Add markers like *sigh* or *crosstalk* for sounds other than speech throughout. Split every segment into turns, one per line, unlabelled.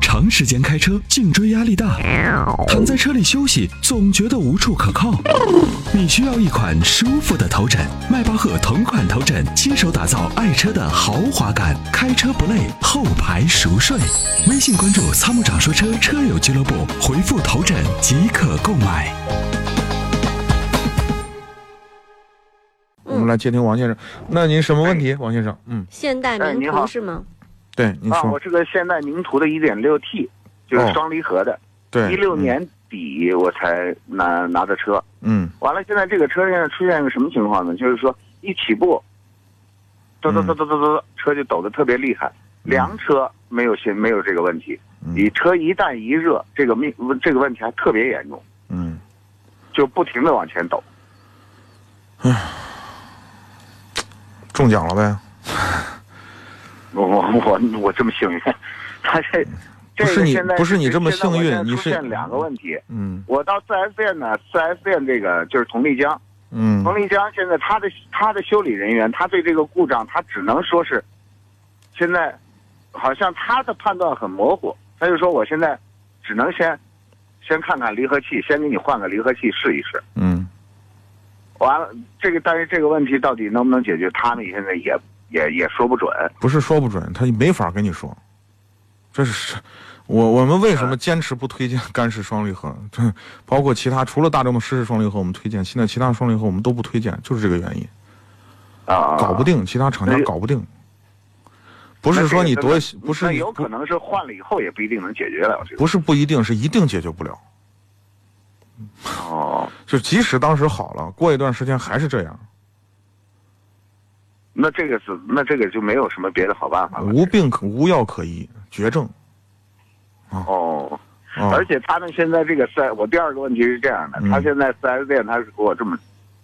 长时间开车，颈椎压力大，躺在车里休息总觉得无处可靠。你需要一款舒服的头枕，迈巴赫同款头枕，亲手打造爱车的豪华感，开车不累，后排熟睡。微信关注“参谋长说车”车友俱乐部，回复“头枕”即可购买。
我们来接听王先生，
嗯
那您什么问题，王先生？嗯，
现代
哎
名
你
图
好
是吗？
对，您
啊，
说
我，是个现代名图的 1.6T，就是
哦
双离合的，
对，
一六、年底我才拿拿的车。
嗯，
完了，现在这个车现在出现一个什么情况呢？就是说一起步，抖
嗯
抖抖抖抖抖，车就抖得特别厉害。凉车没有现没有这个问题，
嗯
你车一旦一热，这个命这个问题还特别严重，
嗯
就不停的往前抖。
嗯，中奖了呗？
我 *laughs* 我我我这么幸运，他这这
*laughs* 不是
个
你
现在
不是你这么幸运
现在我现在
你
出
是
现两个问题。
嗯
我到 4S 店呢，4S 店这个就是佟丽江，
嗯
佟丽江现在他的他的修理人员，他对这个故障，他只能说是，现在好像他的判断很模糊，他就说我现在只能先先看看离合器，先给你换个离合器试一试。
嗯
完了，这个但是这个问题到底能不能解决，他们现在也也也说不准。
不是说不准，他没法跟你说。这是我我们为什
嗯
么坚持不推荐干式双离合？这包括其他除了大众的湿式双离合，我们推荐，现在其他双离合我们都不推荐，就是这个原因，
啊，
搞不定，其他厂家
那就
搞不定。不是说你多
那这个
不是
那
你
有可
不
能是换了以后也不一定能解决了。这个
不是不一定是一定解决不了，
哦，
就即使当时好了，过一段时间还是这样，
那这个是那这个就没有什么别的好办法了。
无病可无药可医，绝症
哦，
啊！
而且他们现在这个四 S，我第二个问题是这样的，
嗯
他现在四 S 店他是给我这么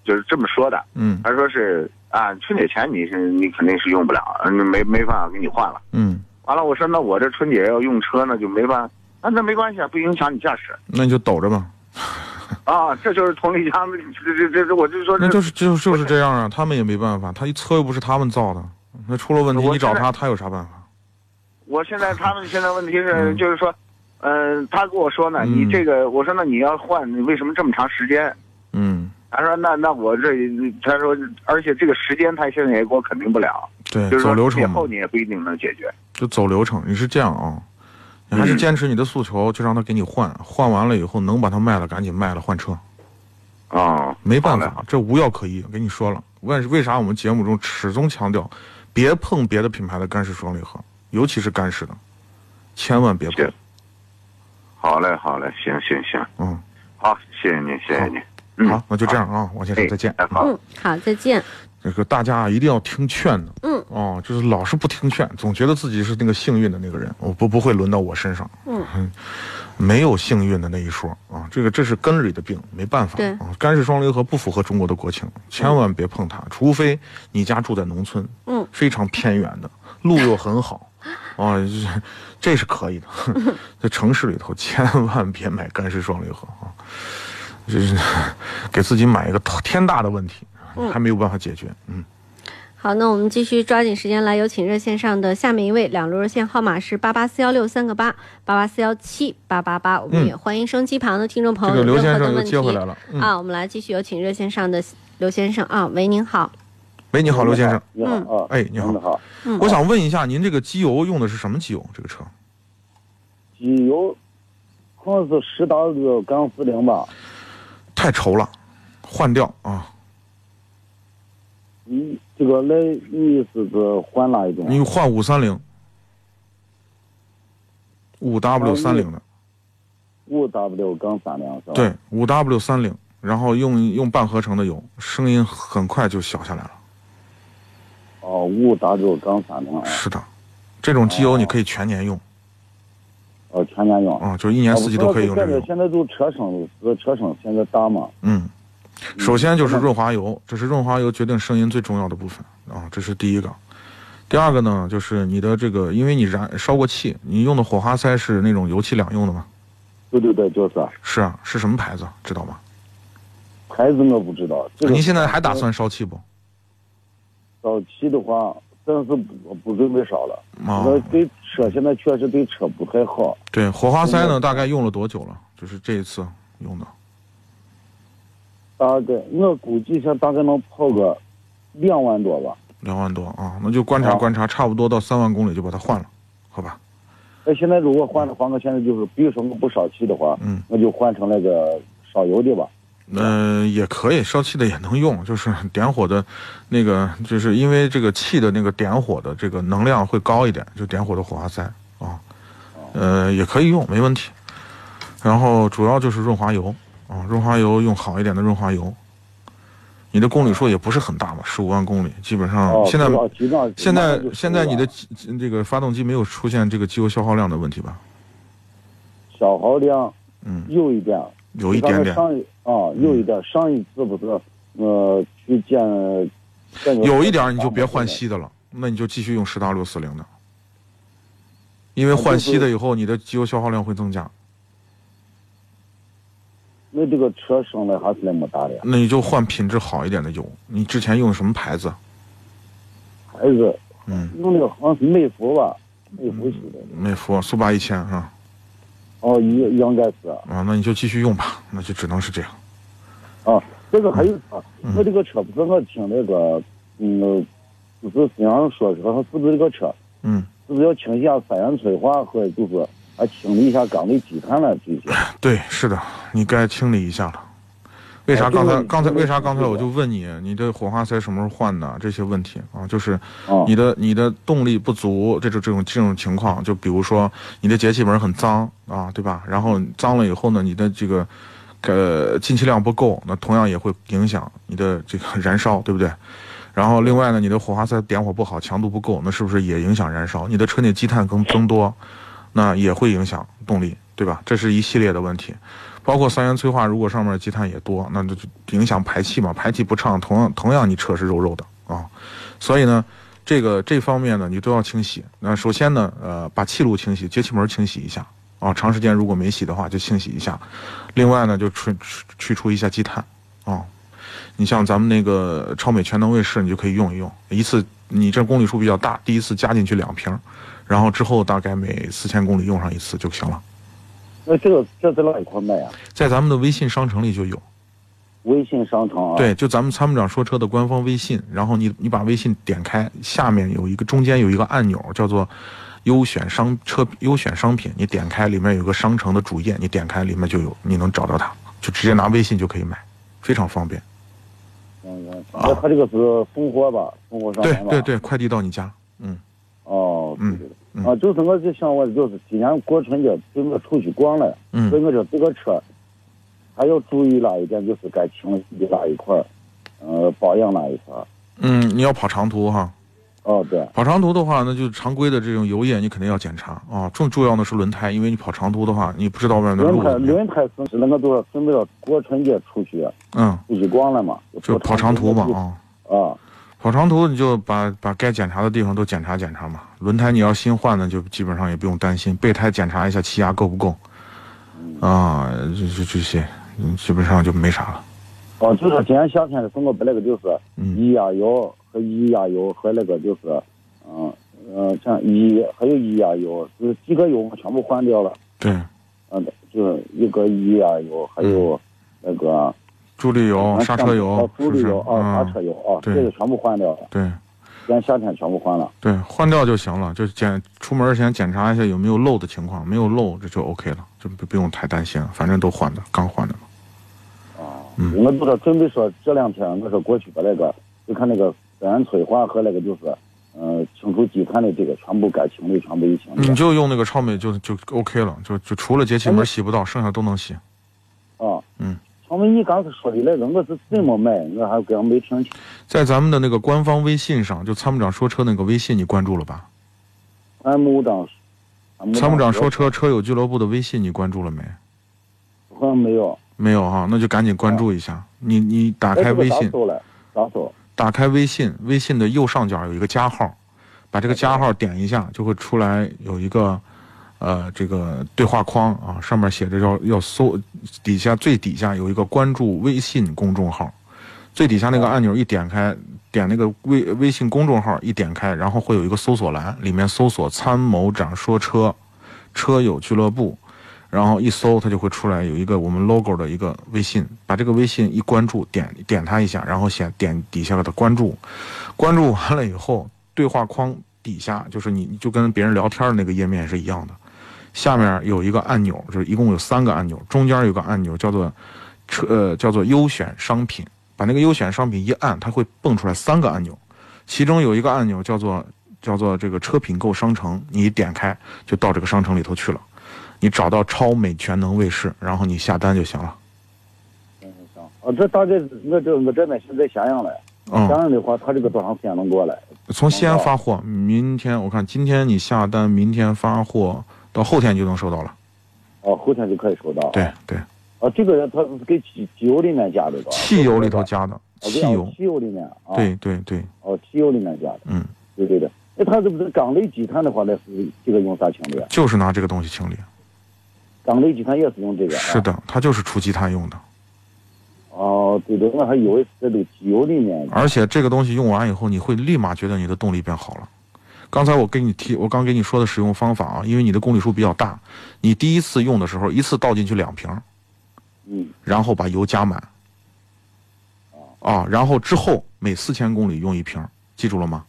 就是这么说的，
嗯
他说是啊，春节前你是你肯定是用不了，嗯没没办法给你换了。
嗯，
完了，我说那我这春节要用车呢，就没办法。啊，那没关系啊，不影响你驾驶
那你就抖着吧。
啊，这就是佟丽江，这这这这，我就说
那
这
就是就就是这样啊，他们也没办法，他一车又不是他们造的，那出了问题
我
你找
现在
他，他有啥办法？
我现在他们现在问题是
嗯
就是说，嗯，他跟我说呢，
嗯
你这个，我说那你要换，你为什么这么长时间？
嗯，
他说那那我这，他说而且这个时间他现在也给我肯定不了，
对
就，是
走
说
流
以
程嘛
后，你也不一定能解决。
就走流程。你是这样啊，你还是
嗯
坚持你的诉求，就让他给你换，换完了以后能把它卖了，赶紧卖了换车，
啊，
没办
好
法，这无药可医。跟你说了，为为啥我们节目中始终强调，别碰别的品牌的干式双离合，尤其是干式的，千万别碰
是。好嘞，好嘞，行行行，
嗯，
好，谢谢您，谢谢您。
好，那就这样啊，王先生
哎，
再见。
哎嗯好，
嗯，好，再见。
这个大家啊一定要听劝的，
嗯，
哦，就是老是不听劝，总觉得自己是那个幸运的那个人，我不不会轮到我身上，
嗯，
*laughs* 没有幸运的那一说啊，这个这是根儿里的病，没办法，
对
啊，干式双离合不符合中国的国情，千万别碰它，除非你家住在农村，
嗯，
非常偏远的，路又
*laughs*
很好，啊，这这是可以的，在城市里头千万别买干式双离合啊，这是给自己买一个天大的问题，还没有办法解决，嗯。
好，那我们继续抓紧时间来，有请热线上的下面一位，两路热线号码是八八四幺六三个八，八八四幺七八八八。我们也欢迎收音机旁的听众朋
嗯这
友
个
有
刘先
任何的
生又
问题
接回来了。嗯，
啊。我们来继续有请热线上的刘先生啊，喂，您好。
喂，你好，刘先生。
你
好
啊
哎，你好，
好，
我想问一下，您这个机油用的是什么机油？这个车
机油，好像是十 W 杠四零吧，
太稠了，换掉啊！
你这个来你是指换哪一种？
你换五三零，五
啊
W 三零的，
五 W 杠三零是吧？，
对，五 W 三零，然后用用半合成的油，声音很快就小下来了。
哦，五 W 杠三零，啊
是的，这种机油你可以全年用
哦，全年用。
啊，就是一年四季都可以用这
这
个
个
油。
现在就车身是车身现在大嘛，
嗯，首先就是润滑油，这是润滑油决定声音最重要的部分啊，这是第一个。第二个呢，就是你的这个，因为你燃烧过气，你用的火花塞是那种油气两用的吗？
对对对，就是
是啊，是什么牌子？知道吗？
牌子我不知道。这个
您现在还打算烧气不？
早期的话，四真是不不准备少了。
哦
我对车现在确实对车不太好，
对，火花塞呢，大概用了多久了？就是这一次用的，
大概我估计现大概能跑个两万多吧。
两万多啊，那就观察
哦
观察，差不多到三万公里就把它换了，好吧？
那现在如果换的话，我现在就是，比如说我不烧气的话，
嗯，
我就换成那个烧油的吧。
嗯、也可以，烧气的也能用， *laughs* 就是点火的，那个就是因为这个气的那个点火的这个能量会高一点，就点火的火花塞
哦
啊，呃，也可以用，没问题。然后主要就是润滑油啊，润滑油用好一点的润滑油。你的公里数也不是很大嘛，十五万公里，基本上
哦，
啊现在、
不要急着
现
马
在
上就
现在
熟
你
了
的机这个发动机没有出现这个机油消耗量的问题吧？
消耗量，
嗯
有一点，
有一点点嗯
就，刚才上一啊，有一点。上一次不是呃去见，见过
有一点儿你就别换稀的了，那你就继续用十大六四零的，因为换稀的以后你的机油消耗量会增加，
那这个车省的还是那么大的，
那你就换品质好一点的油。你之前用什么牌子？
还是
嗯，
用那个好像是美孚吧，美孚系的，
美孚速八一千是吧？
哦，应应该是
啊，那你就继续用吧，那就只能是这样。
啊。这个还
嗯
有啊，我这个车不是我听那个，嗯，就是经常说说是不是这个车，
嗯，
是不是要清洗一下三元催化和就是啊清理一下缸内积碳了这些？
对，是的，你该清理一下了。为啥
哎这个
刚才
你
刚才为啥刚才
这个
我就问你，你的火花塞什么时候换的这些问题啊？就是
啊
你的你的动力不足，这种这种这种情况，就比如说你的节气门很脏啊，对吧？然后脏了以后呢，你的这个呃进气量不够，那同样也会影响你的这个燃烧，对不对？然后另外呢，你的火花塞点火不好，强度不够，那是不是也影响燃烧？你的车内积碳更增多，那也会影响动力，对吧？这是一系列的问题，包括三元催化，如果上面积碳也多，那就就影响排气嘛，排气不畅，同样同样你车是肉肉的啊，所以呢，这个这方面呢，你都要清洗。那首先呢，呃，把气路清洗，节气门清洗一下啊，长时间如果没洗的话，就清洗一下。另外呢，就去去去除一下积碳啊。你像咱们那个超美全能卫士，你就可以用一用，一次你这公里数比较大，第一次加进去两瓶儿，然后之后大概每四千公里用上一次就行了。
那这个这在哪一块买啊？
在咱们的微信商城里就有，
微信商城啊？
对，就咱们参谋长说车的官方微信，然后你你把微信点开，下面有一个中间有一个按钮叫做优选商车优选商品，你点开里面有个商城的主页，你点开里面就有，你能找到它，就直接拿微信就可以买，非常方便。
嗯，嗯，那他这个是送货吧？送货上
对
门吧？
对对，快递到你家，嗯，
哦，
嗯
对对
嗯
对啊，就是我就想我就是今年过春节跟我出去逛了，
嗯
所以我说这个车还要注意哪一点，就是该清洗的哪一块儿，呃，保养哪一块儿。
嗯，你要跑长途哈，
哦，对，
跑长途的话，那就是常规的这种油液，你肯定要检查啊。更重要的是轮胎，因为你跑长途的话，你不知道外面的
轮
路
胎
怎么样。
轮胎损失了，我就是准备着过春节出去啊
嗯，
出去逛了嘛，
就跑长途嘛啊。
啊，
跑长途你就把把该检查的地方都检查检查嘛。轮胎你要新换的，就基本上也不用担心。备胎检查一下气压够不够，
嗯
啊，这这这些，嗯基本上就没啥了。
哦，就是今年夏天的时候，我把那个就是
嗯
一压油和一压油和那个就是，嗯、嗯，像一还有一压油，就是几个油我全部换掉了。
对，
嗯，就是一个一啊，有还有那个
助力油、嗯哦刹车油
啊，
是不
助力
是？
油啊，刹
嗯
车，油啊，
对
这个全部换掉了，
对
今年夏天全部换了。
对，换掉就行了。就检出门前检查一下有没有漏的情况，没有漏这就 OK 了，就不不用太担心了。反正都换的，刚换的嘛。嗯
我就是准备说这两天我说过去把那个就看那个自然催化和那个就是，呃，清除积碳的这个全部该清理全部一清理
你就用那个超美就就 OK 了，就就除了节
哎
气门洗不到，剩下都能洗。
啊。
嗯。
乔妹，你刚才说的那个我是怎么买？我还刚没听清。
在咱们的那个官方微信上，就参谋长说车那个微信，你关注了吧？
参谋长，参
参谋长说车车友俱乐部的微信，你关注了没？
好像没有。
没有哈、那就赶紧关注一下。你你打
哎
开
这个
微
咋
信，
搜来？咋搜？
打开微信，微信的右上角有一个加号，把这个加号点一下，就会出来有一个呃这个对话框啊，上面写着要要搜，底下最底下有一个关注微信公众号，最底下那个按钮一点开，点那个微微信公众号一点开，然后会有一个搜索栏，里面搜索“参谋长说车”，车友俱乐部，然后一搜它就会出来有一个我们 logo 的一个微信，把这个微信一关注，点点它一下，然后显点底下的关注，关注完了以后，对话框底下就是你你就跟别人聊天的那个页面是一样的，下面有一个按钮，就是一共有三个按钮，中间有个按钮叫做车呃叫做优选商品，把那个优选商品一按，它会蹦出来三个按钮，其中有一个按钮叫做叫做这个车品购商城，你一点开就到这个商城里头去了，你找到超美全能卫士，然后你下单就行了。
嗯行啊，这大概我这我这边现在咸阳了，咸
嗯，
阳的话，他这个多长时间能过来？
从西安发货，明天我看今天你下单，明天发货到后天就能收到了。
哦，后天就可以收到。
对对，
啊，这个他给机机油里面加的吧？
汽油里头加的，
哦，
汽油
哦，汽油里面啊，，
对对对，
哦，汽油里面加的，
嗯，
对对对。那他这不是缸内积碳的话，那是这个用啥清理啊？
就是拿这个东西清理。
缸内积碳也是用这个啊。
是的，它就是除积碳用的。
哦，对对，我还以为是这个机油里面。
而且这个东西用完以后，你会立马觉得你的动力变好了。刚才我给你提，我刚给你说的使用方法啊，因为你的公里数比较大，你第一次用的时候，一次倒进去两瓶，
嗯，
然后把油加满，啊，然后之后每四千公里用一瓶，记住了吗？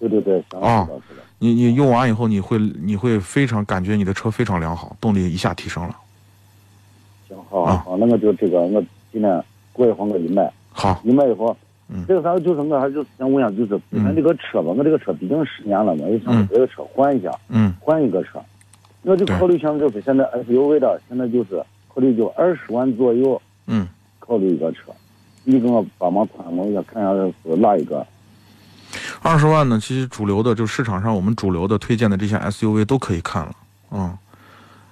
对对对，行，
啊
知道知道。
你你用完以后，你会你会非常感觉你的车非常良好，动力一下提升了。
行，好，
啊
好，那我就这个，我今天过一会儿我就买，
好，
一买以后
嗯，
这个啥就是我还就是想问一下，就是你看这个车吧，我这个车毕竟十年了嘛，我就想把这个车换一下，
嗯
换一个车，我就
对
考虑像就是现在 SUV 的，现在就是考虑就二十万左右
嗯，
考虑一个车，你给我帮忙参谋一下，看一下是哪一个，
二十万呢，其实主流的就市场上我们主流的推荐的这些 SUV 都可以看了。嗯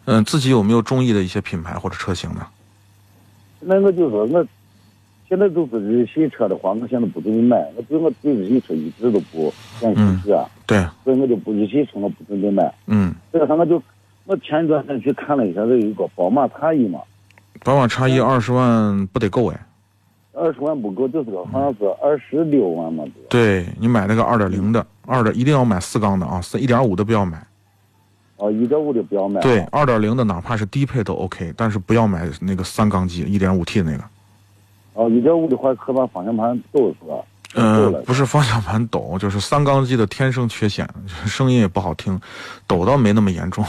嗯，自己有没有中意的一些品牌或者车型呢？
那我就是我。现在就是日系车的话，我现在不准备买，我对我对日系车一直都不感兴趣啊，
对，
所以我就不日系车我不准备买。
嗯，
这个啥我就我前一段时间去看了一下，这有一个宝马叉一嘛，
宝马叉一二十万不得够哎。
二十万不够，就是个好像是二十六万嘛，对吧？
对你买那个二点零的，二的一定要买四缸的啊，四一点五的不要买。
哦，一点五的不要买。
对，二点零的哪怕是低配都 OK，但是不要买那个三缸机一点五 T 的那个。
哦，一点五的话可把方向盘抖出来，
嗯、
抖了。
不是方向盘抖，就是三缸机的天生缺陷， *laughs* 声音也不好听，抖倒没那么严重。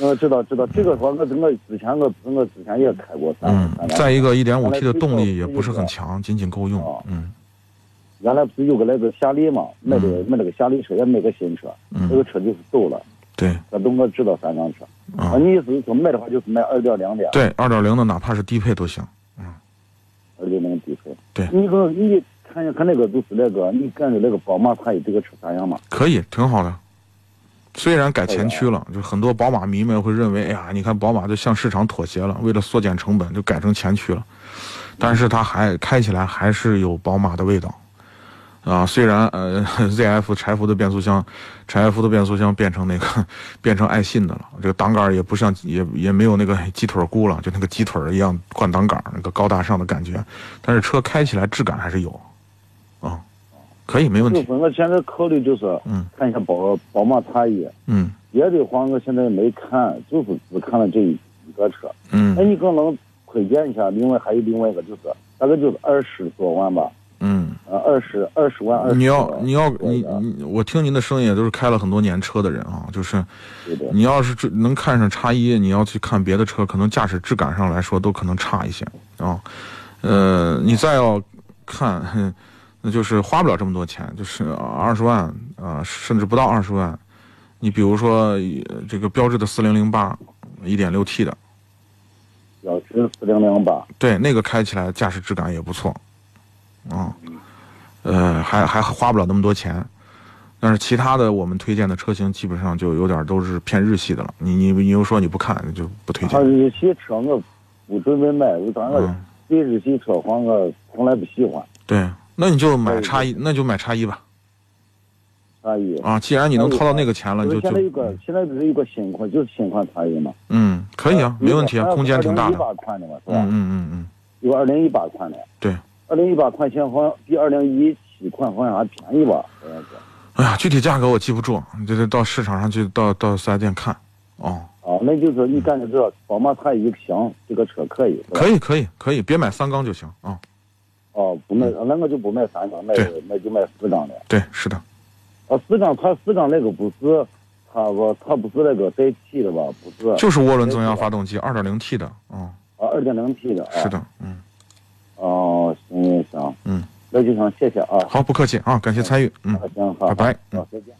嗯，知道知道，这个话我我之前我我之前也开过三
嗯，
三
再
辆，
一个，一点五 T 的动力也不是很强，仅仅够用
哦。
嗯
原来不是有个那个夏利嘛，买的买了个夏利车，也买个新车，这
嗯，
个车就是抖了。
对，
这都我知道三缸车。
啊，
啊，你意思是说买的话就是买二点啊零的？
对，二点零的哪怕是低配都行。
而且那个低配。
对
你说你看一看那个就是那个，你感觉那个宝马叉一这个车咋样嘛？
可以，挺好的。虽然改前驱了，就很多宝马迷们会认为，哎呀，你看宝马就向市场妥协了，为了缩减成本就改成前驱了，但是它还开起来还是有宝马的味道。啊，虽然呃 ZF 柴伏的变速箱，柴伏的变速箱变成那个 *laughs* 变成爱信的了，这个挡杆儿也不像也也没有那个鸡腿儿箍了，就那个鸡腿儿一样灌挡杆儿那个高大上的感觉，但是车开起来质感还是有，啊，可以没问
就
题
是，我现在考虑就是，
嗯，
看一下宝宝马叉一，
嗯
别的话我现在没看，就是只看了这一个车。
嗯
那、。你更能推荐一下？另外还有另外一个就是，大概就是二十多万吧，
嗯，
呃，二十二十万，二十
你要你要
对
你
的
你，我听您的声音也都是开了很多年车的人啊，就是
对的，
你要是只能看上叉一，你要去看别的车，可能驾驶质感上来说都可能差一些啊。呃，你再要看， *laughs* 哼那就是花不了这么多钱，就是二十万啊、甚至不到二十万。你比如说呃这个标致的四零零八，一点六 T 的，
标致四零零八，
对，那个开起来驾驶质感也不错，啊、呃，还还花不了那么多钱。但是其他的我们推荐的车型基本上就有点都是偏日系的了。你你你又说你不看，就不推
它
荐。
日系车我不准备买，为啥我
嗯
对日系车话我从来不喜欢。
对，那你就买
对
叉一，那就买叉一吧。
叉一，
啊，既然你能掏到那个钱了，
就
就是就
现在有个现在不是有个新款，就是新款叉一嘛，
嗯，可以
呃
啊，没问题啊，空间挺大的
一。八款的嘛，是吧？
嗯嗯嗯嗯，
有二零一八款的，
对，
二零一八款型好像比二零一比快换还便宜吧，好像是。
哎呀，具体价格我记不住，啊你这得到市场上去，到到四 S 店看。哦，
啊，那就是一看就知道，宝马它一个行，这个车可以。是吧
可以，可以，可以，别买三缸就行啊、
哦，不卖，那我就不卖三缸，卖
嗯对
卖就卖四缸的。
对，是的，
啊，四缸它四缸那个不是，它不它不是那个带气的吧？不是，
就是涡轮增压发动机，二点零 T 的。嗯，
啊，二点零 T 的。啊、
是。的，嗯，
哦，行行行，
嗯，
那就行，谢谢啊。
好，不客气啊，感谢参与，嗯
啊，，行好，
拜拜
好，再见。